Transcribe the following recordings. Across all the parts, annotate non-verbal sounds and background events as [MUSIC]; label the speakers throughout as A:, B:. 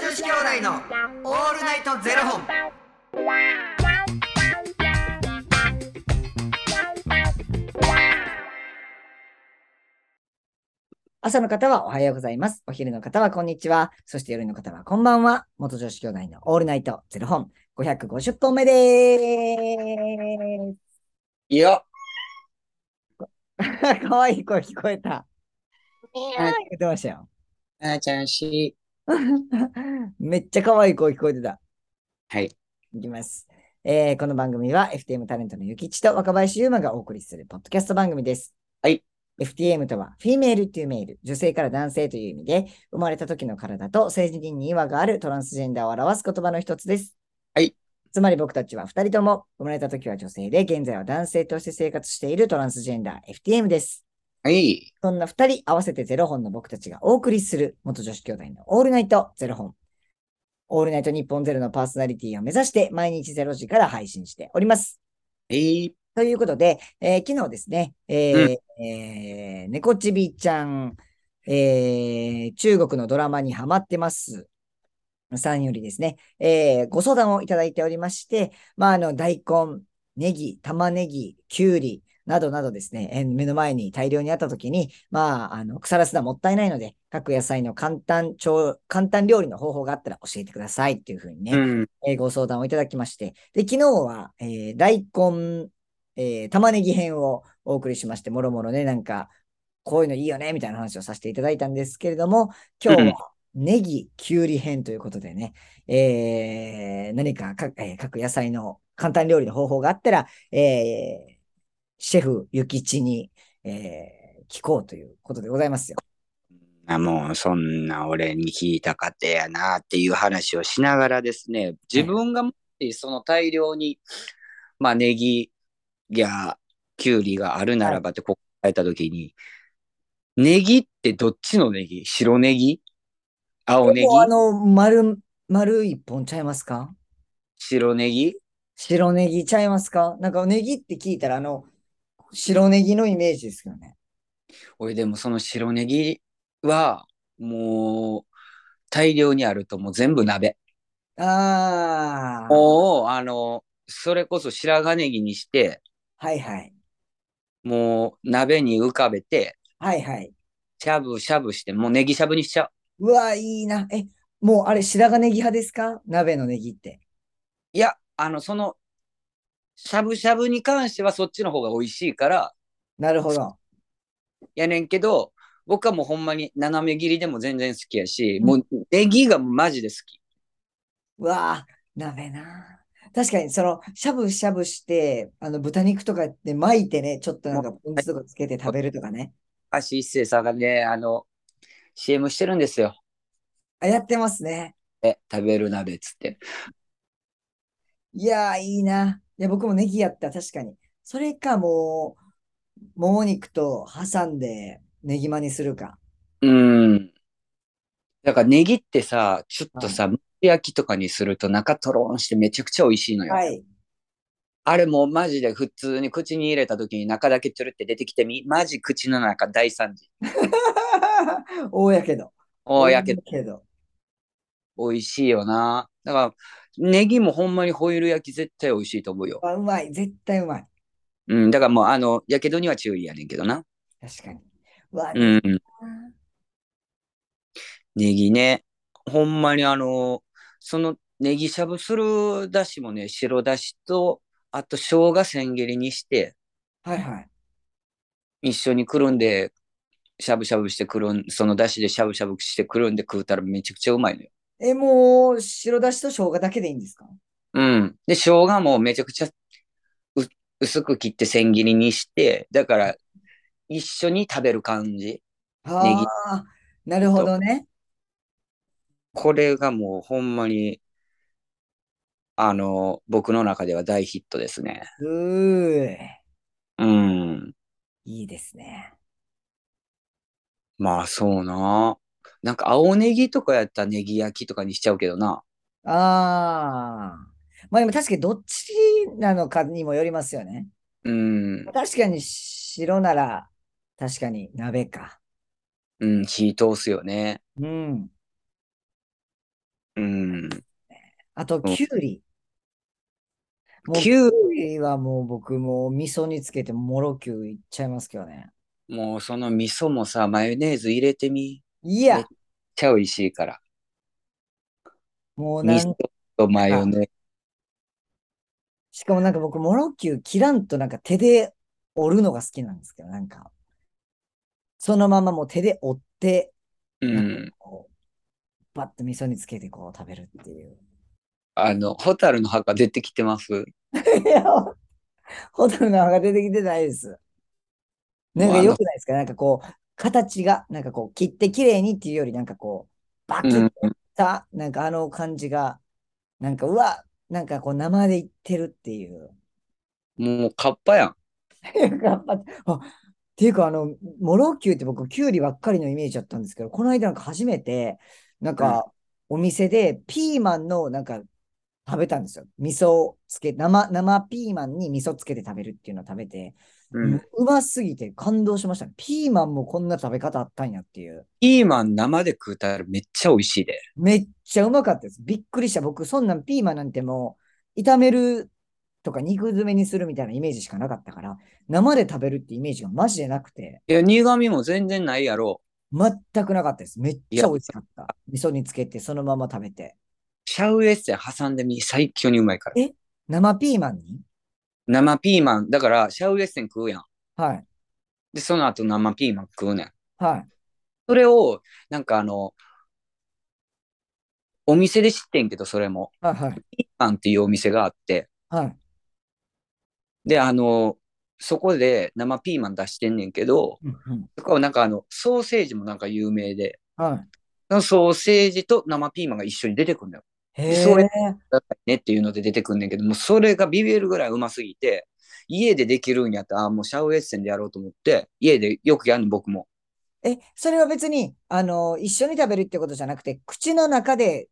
A: 子兄弟のオールナイトゼロ本。
B: 朝の方はおはようございます。お昼の方はこんにちは。そして夜の方はこんばんは。元女子兄弟のオールナイトゼロ本550本目で
C: いや、
B: ーす。 [LAUGHS] かわいい声聞こえた。
C: あ
B: 聞こえてましたよ。
C: あーちゃんし。
B: めっちゃかわいい声聞こえてた。
C: はい。
B: いきます。えーこの番組は FTM タレントのゆきちと若林ゆうまがお送りするポッドキャスト番組です。
C: はい。
B: FTM とは、フィメールというメール、女性から男性という意味で、生まれた時の体と性自認に違和があるトランスジェンダーを表す言葉の一つです。
C: はい。
B: つまり僕たちは2人とも、生まれた時は女性で、現在は男性として生活しているトランスジェンダー FTM です。
C: はい。
B: そんな2人合わせて0本の僕たちがお送りする元女子兄弟のオールナイト0本。オールナイト日本ゼロのパーソナリティを目指して毎日0時から配信しております。
C: はい。
B: ということで、えー昨日ですね、えーえー猫ちびちゃん、えー中国のドラマにハマってます。さんよりですね、えーご相談をいただいておりまして、まあ、あの、大根、ネギ、玉ねぎ、きゅうりなどなどですね、えー目の前に大量にあったときに、まあ、あの、腐らすのはもったいないので、各野菜の簡単調、簡単料理の方法があったら教えてくださいっていうふうにね、
C: うん。
B: えーご相談をいただきまして、で、昨日は、えー大根、えー玉ねぎ編をお送りしまして、もろもろね、なんか、こういうのいいよね、みたいな話をさせていただいたんですけれども、今日はネギ、きゅうり編ということでね、えー何かか、えー各野菜の簡単料理の方法があったら、えーシェフ、ゆきちに、えー聞こうということでございますよ。
C: あもう、そんな俺に聞いたかてやなっていう話をしながらですね、自分が持っているその大量に、まあ、ネギやキュウリがあるならばって、ここ書いたときに、ネギってどっちのネギ白ネギ青ネギ
B: ここあの、丸、丸一本ちゃいますか
C: 白ネギ
B: 白ネギちゃいますかなんかネギって聞いたらあの白ネギのイメージですよね。
C: 俺でもその白ネギは、もう、大量にあるともう全部鍋。
B: ああ。
C: もう、あの、それこそ白髪ネギにして、
B: はいはい。
C: もう鍋に浮かべて、
B: はいはい。
C: しゃぶしゃぶして、もうネギしゃぶにしちゃう。
B: うわ、いいな。え、もうあれ白髪ネギ派ですか鍋のネギって。
C: いや、あの、その、しゃぶしゃぶに関してはそっちの方が美味しいから、
B: なるほど。
C: やねんけど、僕はもうほんまに斜め切りでも全然好きやし、
B: うん
C: もうネギがマジで好き。
B: うわー、鍋な。確かにそのしゃぶしゃぶしてあの豚肉とかで巻いてね、ちょっとなんかポン酢とかつけて食べるとかね。
C: 足一生さんがね、あの、CM してるんですよ。
B: あ、やってますね。
C: え、食べる鍋っつって。
B: いやー、いいな。いや、僕もネギやった、確かに。それか、もう、もも肉と挟んでネギまにするか。
C: うん。だからネギってさ、ちょっとさ、蒸し焼きとかにすると中とろーんしてめちゃくちゃ美味しいのよ。
B: はい。 [LAUGHS]
C: あれもうマジで普通に口に入れた時に中だけちょるって出てきてみ、マジ口の中大惨事。
B: 大やけど。
C: おーやけど、
B: 大やけど。
C: 美味しいよな。だから、ネギもほんまにホイル焼き絶対美味しいと思うよ。
B: あ、うまい。絶対うまい。
C: うん、だからもうあの、やけどには注意やねんけどな。
B: 確かに。うわ、
C: うん。ネギね。ほんまにあの、そのネギしゃぶするだしもね、白だしと、あと生姜千切りにして、
B: はいはい。
C: 一緒にくるんで、しゃぶしゃぶしてくるん、そのだしでしゃぶしゃぶしてくるんで食うたらめちゃくちゃうまいのよ。
B: え、もう、白だしと生姜だけでいいんですか
C: うん。で、生姜もめちゃくちゃう薄く切って千切りにして、だから一緒に食べる感じ。ネギ
B: ああ、なるほどね。
C: これがもうほんまに、あの、僕の中では大ヒットですね。
B: うーい。
C: うん。
B: いいですね。
C: まあそうな。なんか青ネギとかやったらネギ焼きとかにしちゃうけどな。
B: ああ。まあでも確かにどっちなのかにもよりますよね。
C: うん。
B: 確かに白なら、確かに鍋か。
C: うん、火通すよね。
B: うん。
C: うん。
B: あと、
C: うん
B: きゅうり。もう
C: きゅう
B: きゅうりはもう僕もう味噌につけてもろきゅういっちゃいますけどね。
C: もうその味噌もさ、マヨネーズ入れてみ。
B: いや
C: ね、ちゃ美味しいから。
B: もうな
C: 味
B: ん
C: 噌とマヨネーズ。
B: しかもなんか僕、もろきゅう切らんとなんか手で折るのが好きなんですけど、なんか、そのままもう手で折って、
C: う
B: なんんか。こう、バッと味噌につけてこう食べるっていう。 [LAUGHS]
C: あの、ホタルの墓出てきてます。
B: いや、ホタルの葉が出てきてないです。なんか良くないですかなんかこう、形が、なんかこう、切って綺麗にっていうより、なんかこう、バキ
C: う
B: ッ
C: ん
B: と、た、なんかあの感じが、なんかうわ、なんかこう生でいってるっていう。 [LAUGHS]
C: もうカッパやん。
B: 頑張ってあっていうか、あの、モロキュウって僕、キュウリばっかりのイメージだったんですけど、この間なんか初めて、なんか、お店でピーマンの、なんか、食べたんですよ。味噌をつけ、生、生ピーマンに味噌つけて食べるっていうのを食べて、
C: う。
B: うんますぎて感動しましたね。ピーマンもこんな食べ方あったんやっていう。
C: ピーマン生で食うたらめっちゃ美味しいで。
B: めっちゃうまかったです。びっくりした。僕、そんなんピーマンなんてもう、炒めるとか肉詰めにするみたいなイメージしかなかったから、生で食べるってイメージがマジでなくて、
C: いや、苦味も全然ないやろ。
B: 全くなかったです。めっちゃ美味しかった。味噌につけて、そのまま食べて。
C: シャウエッセン挟んでみ、最強にうまいから。
B: 生ピーマンに
C: 生ピーマン、だから、シャウエッセン食うやん。
B: はい。
C: で、その後生ピーマン食うねん。
B: はい。
C: それを、なんかあの、お店で知ってんけど、それも。
B: はい。はい。
C: ピーマンっていうお店があって、
B: はい。
C: で、あの、そこで生ピーマン出してんねんけど、
B: うんうん
C: そこはなんかあの、ソーセージもなんか有名で、
B: はい。
C: そのソーセージと生ピーマンが一緒に出てくんだよ。
B: へ
C: それ
B: え。
C: ださいねっていうので出てくんねんけど、もうそれがビビるぐらいうますぎて、家でできるんやったら、あーもうシャウエッセンでやろうと思って、家でよくやるの僕も。
B: え、それは別に、あの、一緒に食べるってことじゃなくて、口の中で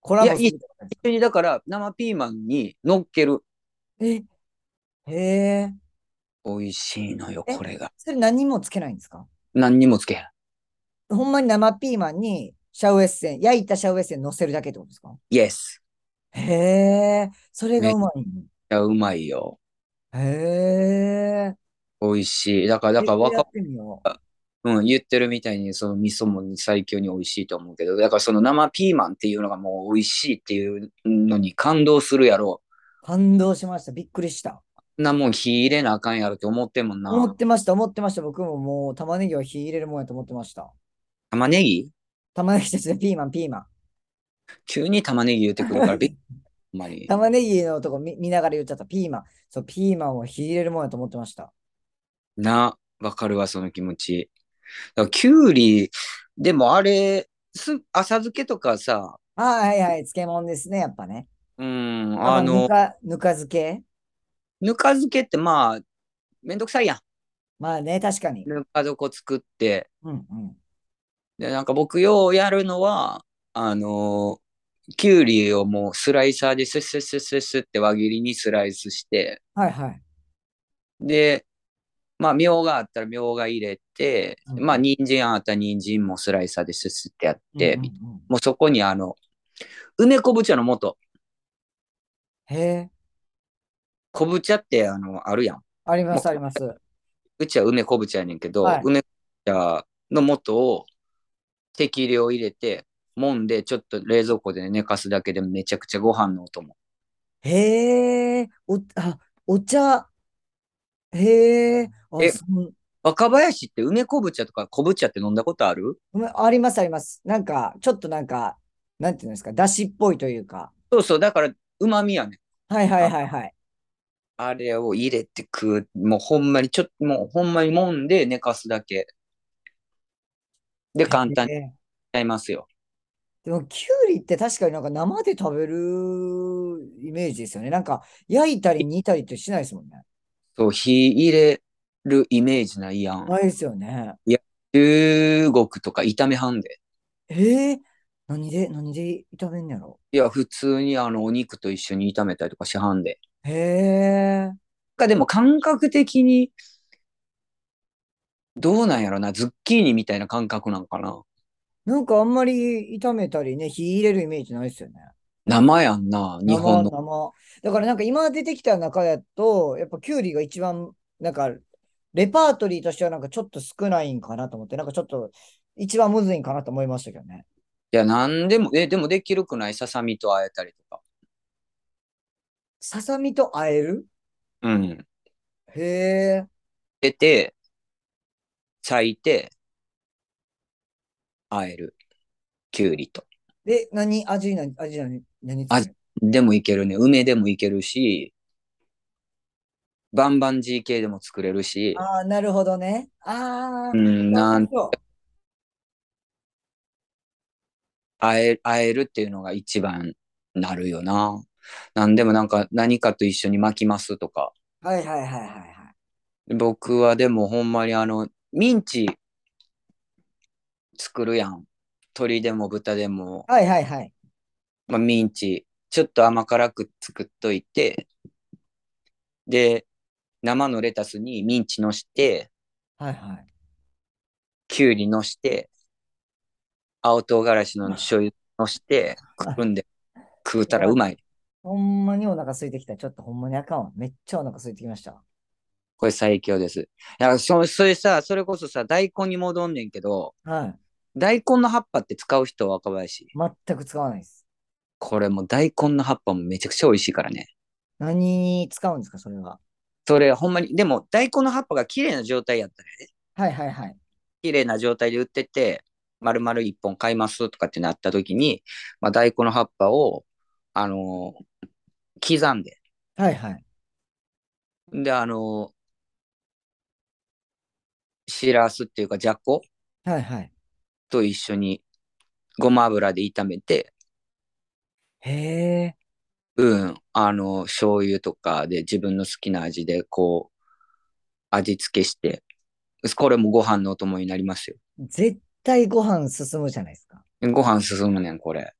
B: コラボするってことです
C: 一緒にだから生ピーマンに乗っける。
B: え、へえ。
C: 美味しいのよ、
B: え
C: これが。
B: それ何もつけないんですか
C: 何にもつけへん。
B: ほんまに生ピーマンにシャウエッセン、焼いたシャウエッセン乗せるだけってことですか
C: イエス。
B: へえ。それがうまいんや。
C: いや、うまいよ。
B: へえ。
C: 美味しい。だから、だから
B: えや
C: 若
B: っ、てみよ
C: うん、言ってるみたいに、その味噌も最強に美味しいと思うけど、だからその生ピーマンっていうのがもう美味しいっていうのに感動するやろ。
B: う。感動しました。びっくりした。
C: そんなもん火入れなあかんやろって思ってんもんな。
B: 思ってました、思ってました。僕ももう玉ねぎは火入れるもんやと思ってました。
C: 玉ねぎ
B: 玉ねぎですね、ピーマン、ピーマン。
C: 急に玉ねぎ言ってくるから、びっほんまに。
B: 玉ねぎのとこ見見ながら言っちゃった、ピーマン。そう、ピーマンを火入れるもんやと思ってました。
C: な、わかるわ、その気持ち。だからきゅうり、でもあれ、す浅漬けとかさ、
B: あはいはい、漬物ですね、やっぱね。
C: うん、あ
B: ぬ
C: の、
B: か、ぬか漬け
C: ぬか漬けってまあ、めんどくさいやん。
B: まあね、確かに。
C: ぬか床作って。
B: うんうん。
C: で、なんか僕ようやるのは、あのきゅうりをもうスライサーでスッスッスッスッスッって輪切りにスライスして、
B: はいはい。
C: で、まあ、みょうがあったらみょうが入れて、
B: うん
C: まあ、人参あったら人参もスライサーですすってやって、
B: うんうんうん
C: もうそこにあの、梅昆布茶の素。
B: へえ、
C: 昆布茶ってあの、あるやん。
B: ありま
C: も
B: す、
C: う
B: あります。
C: うちは梅昆布茶やねんけど、
B: はい
C: 梅昆布茶の素を適量入れて、もんで、ちょっと冷蔵庫で寝かすだけでめちゃくちゃご飯のお供。
B: へえ、お、あ、お茶。へえ、あ
C: え
B: そん
C: 若林って梅昆布茶とか昆布茶って飲んだことある
B: ごめんあります、あります。なんか、ちょっとなんか、なんていうんですか、だしっぽいというか。
C: そうそう、だから旨味やねん。
B: はいはいはいはい。
C: あれを入れて食う。もうほんまに、ちょっと、もうほんまにもんで寝かすだけ。で、簡単に
B: えー
C: やりますよ。
B: でも、きゅうりって確かになんか生で食べるイメージですよね。なんか、焼いたり煮たりってしないですもんね。
C: そう、火入れるイメージないやん。
B: ないですよね。
C: 中国とか炒めはんで。
B: えー、何で、何で炒めんのやろ。
C: いや、普通にあの、お肉と一緒に炒めたりとかしはんで。
B: へえ。
C: かでも感覚的に、どうなんやろな。ズッキーニみたいな感覚なんかな。
B: なんかあんまり炒めたりね、火入れるイメージないですよね。
C: 生やんな、日本の。
B: 生だからなんか今出てきた中やと、やっぱキュウリが一番、なんか、レパートリーとしてはなんかちょっと少ないんかなと思って、なんかちょっと一番むずいんかなと思いましたけどね。
C: いや、なんでも、え、でもできるくないささみとあえたりとか。
B: ささみとあえる
C: うん。
B: へえ。
C: 出て、咲いて、あえる。きゅうりと。
B: で、何味何味何何つける
C: 味でもいけるね。梅でもいけるし、バンバン GK でも作れるし、
B: ああ、なるほどね。ああ
C: う、ん、なん、
B: そう
C: あえ、あえるっていうのが一番なるよな。なんでもなんか何かと一緒に巻きますとか。
B: はいはいはいはいはい。
C: 僕はでもほんまにあの、ミンチ作るやん。鶏でも豚でも、
B: はいはいはい。
C: まあ、ミンチ、ちょっと甘辛く作っといて、で、生のレタスにミンチのして、
B: はいはい。
C: きゅうりのして、青唐辛子の醤油のして、くるんで食うたらうまい。
B: ほんまにお腹空いてきた。ちょっとほんまにあかんわ。めっちゃお腹空いてきました。
C: これ最強です。いや、そそれさ、それこそさ、大根に戻んねんけど、
B: はい。
C: 大根の葉っぱって使う人若林。
B: 全く使わないです。
C: これもう大根の葉っぱもめちゃくちゃ美味しいからね。
B: 何に使うんですか、それは。
C: それほんまに、でも大根の葉っぱが綺麗な状態やったらね。
B: はいはいはい。
C: 綺麗な状態で売ってて、丸々一本買いますとかってなった時に、まあ、大根の葉っぱを、あのー刻んで。
B: はいはい。
C: で、あのーしらすっていうか、じゃこ
B: はいはい。
C: と一緒に、ごま油で炒めて、
B: へえ。
C: うん、あの、醤油とかで自分の好きな味で、こう、味付けして、これもご飯のお供になりますよ。
B: 絶対ご飯進むじゃないですか。
C: ご飯進むねん、これ。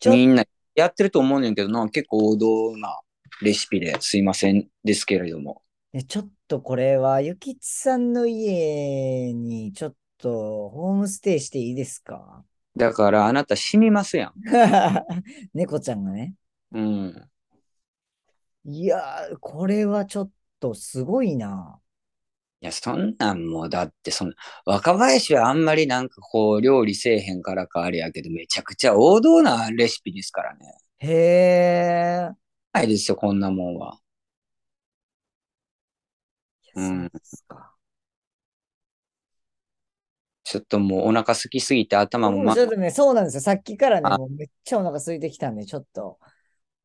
B: ちょ
C: みんなやってると思うねんけどな、結構王道なレシピですいませんですけれども。
B: ねちょっとこれは、ゆきちさんの家にちょっとホームステイしていいですか
C: だから、あなた死にますやん。
B: [LAUGHS] 猫ちゃんがね。
C: うん。
B: いやー、これはちょっとすごいな。
C: いや、そんなんもう、だって、その、若林はあんまりなんかこう、料理せえへんからかあれやけど、めちゃくちゃ王道なレシピですからね。
B: へえ。
C: ないですよ、こんなもんは。うん
B: そうですか。
C: ちょっともうお腹空きすぎて頭も
B: 僕も
C: ま
B: ちょっとね、そうなんですよ。さっきからね、
C: あ
B: もうめっちゃお腹空いてきたんで、ちょっと。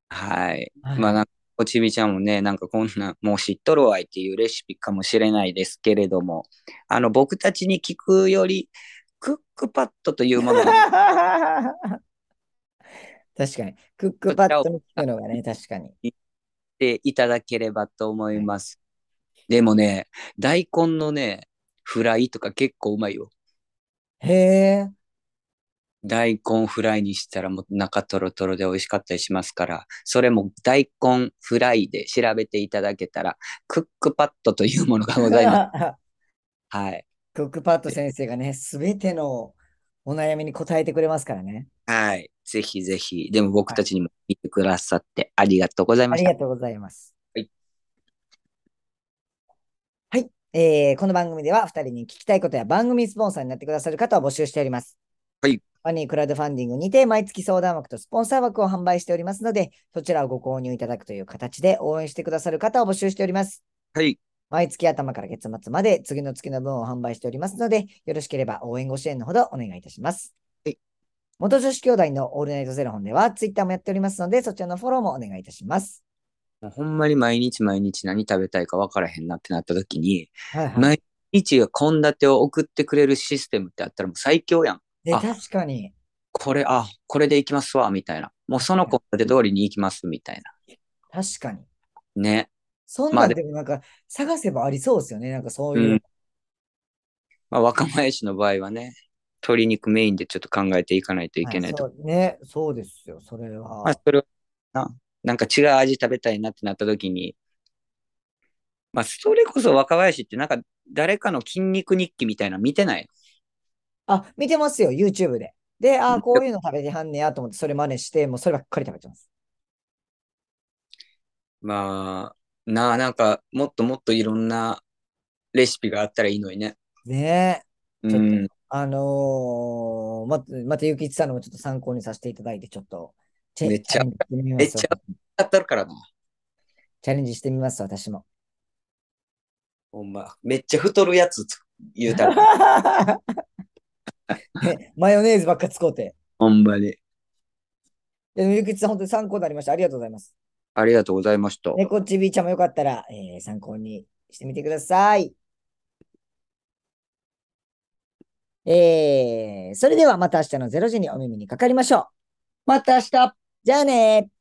C: はい。
B: はい
C: まあなんか、おちびちゃんもね、なんかこんな、もう知っとるわいっていうレシピかもしれないですけれども、あの、僕たちに聞くより、クックパッドというものが、
B: [LAUGHS] 確かに。クックパッドに聞くのがね、確かに。
C: ていただければと思います。でもね、大根のね、フライとか結構うまいよ。
B: へえ。
C: 大根フライにしたらもう中トロトロで美味しかったりしますから、それも大根フライで調べていただけたら、クックパッドというものがございます。はい。
B: [LAUGHS] クックパッド先生がね、すべてのお悩みに答えてくれますからね。
C: はい。ぜひぜひ。でも僕たちにも見てくださってありがとうござい
B: あ
C: まし
B: り
C: た。
B: がとうございます。
C: はい。
B: はい。えーこの番組では、2人に聞きたいことや番組スポンサーになってくださる方を募集しております。
C: はい。
B: マニークラウドファンディングにて、毎月相談枠とスポンサー枠を販売しておりますので、そちらをご購入いただくという形で応援してくださる方を募集しております。
C: はい。
B: 毎月頭から月末まで次の月の分を販売しておりますので、よろしければ応援ご支援のほどお願いいたします。
C: はい
B: 元女子兄弟のオールナイトゼロ本では、ツイッターもやっておりますので、そちらのフォローもお願いいたします。
C: もうほんまに毎日毎日何食べたいか分からへんなってなった時に、
B: はいはい。
C: 毎日が献立を送ってくれるシステムってあったらもう最強やん。
B: で、
C: あ
B: 確かに。
C: これ、あ、これでいきますわ、みたいな。もうその献立通りに行きます、みたい
B: 確かに。
C: な。ね。
B: そんな
C: まあ
B: ん
C: で
B: でもなんか探せばありそうですよね。なんかそういう。
C: うんまあ、若林の場合はね、鶏肉メインでちょっと考えていかないといけないと。
B: はいそうね、そうですよ。それは。
C: まあ、それはな、なんか違う味食べたいなってなった時に、まあ、それこそ若林ってなんか誰かの筋肉日記みたいなの見てない
B: あ、見てますよ。YouTube で。で、ああ、こういうの食べてはんねやと思って、それ真似して、もうそればっかり食べてます。
C: まあ、なあ、なんか、もっともっといろんなレシピがあったらいいのにね。
B: ねえ。
C: う
B: ちょっと
C: ん。
B: あのー、ま、またゆきちさんのもちょっと参考にさせていただいて、ちょっとチェ
C: めっちゃ
B: チャレンジしてみま
C: めっ
B: す
C: ちゃ当たるからな。
B: チャレンジしてみます、私も。 [LAUGHS]
C: ほんま。めっちゃ太るやつつ言うたら。
B: ねマヨネーズばっか使うて。
C: [LAUGHS] ほんまに。
B: でもゆきちさん、本当に参考になりました。ありがとうございます。
C: ありがとうございました。
B: 猫ちびちゃんもよかったら、えー参考にしてみてください。えー、それではまた明日の0時にお耳にかかりましょう。また明日じゃあねー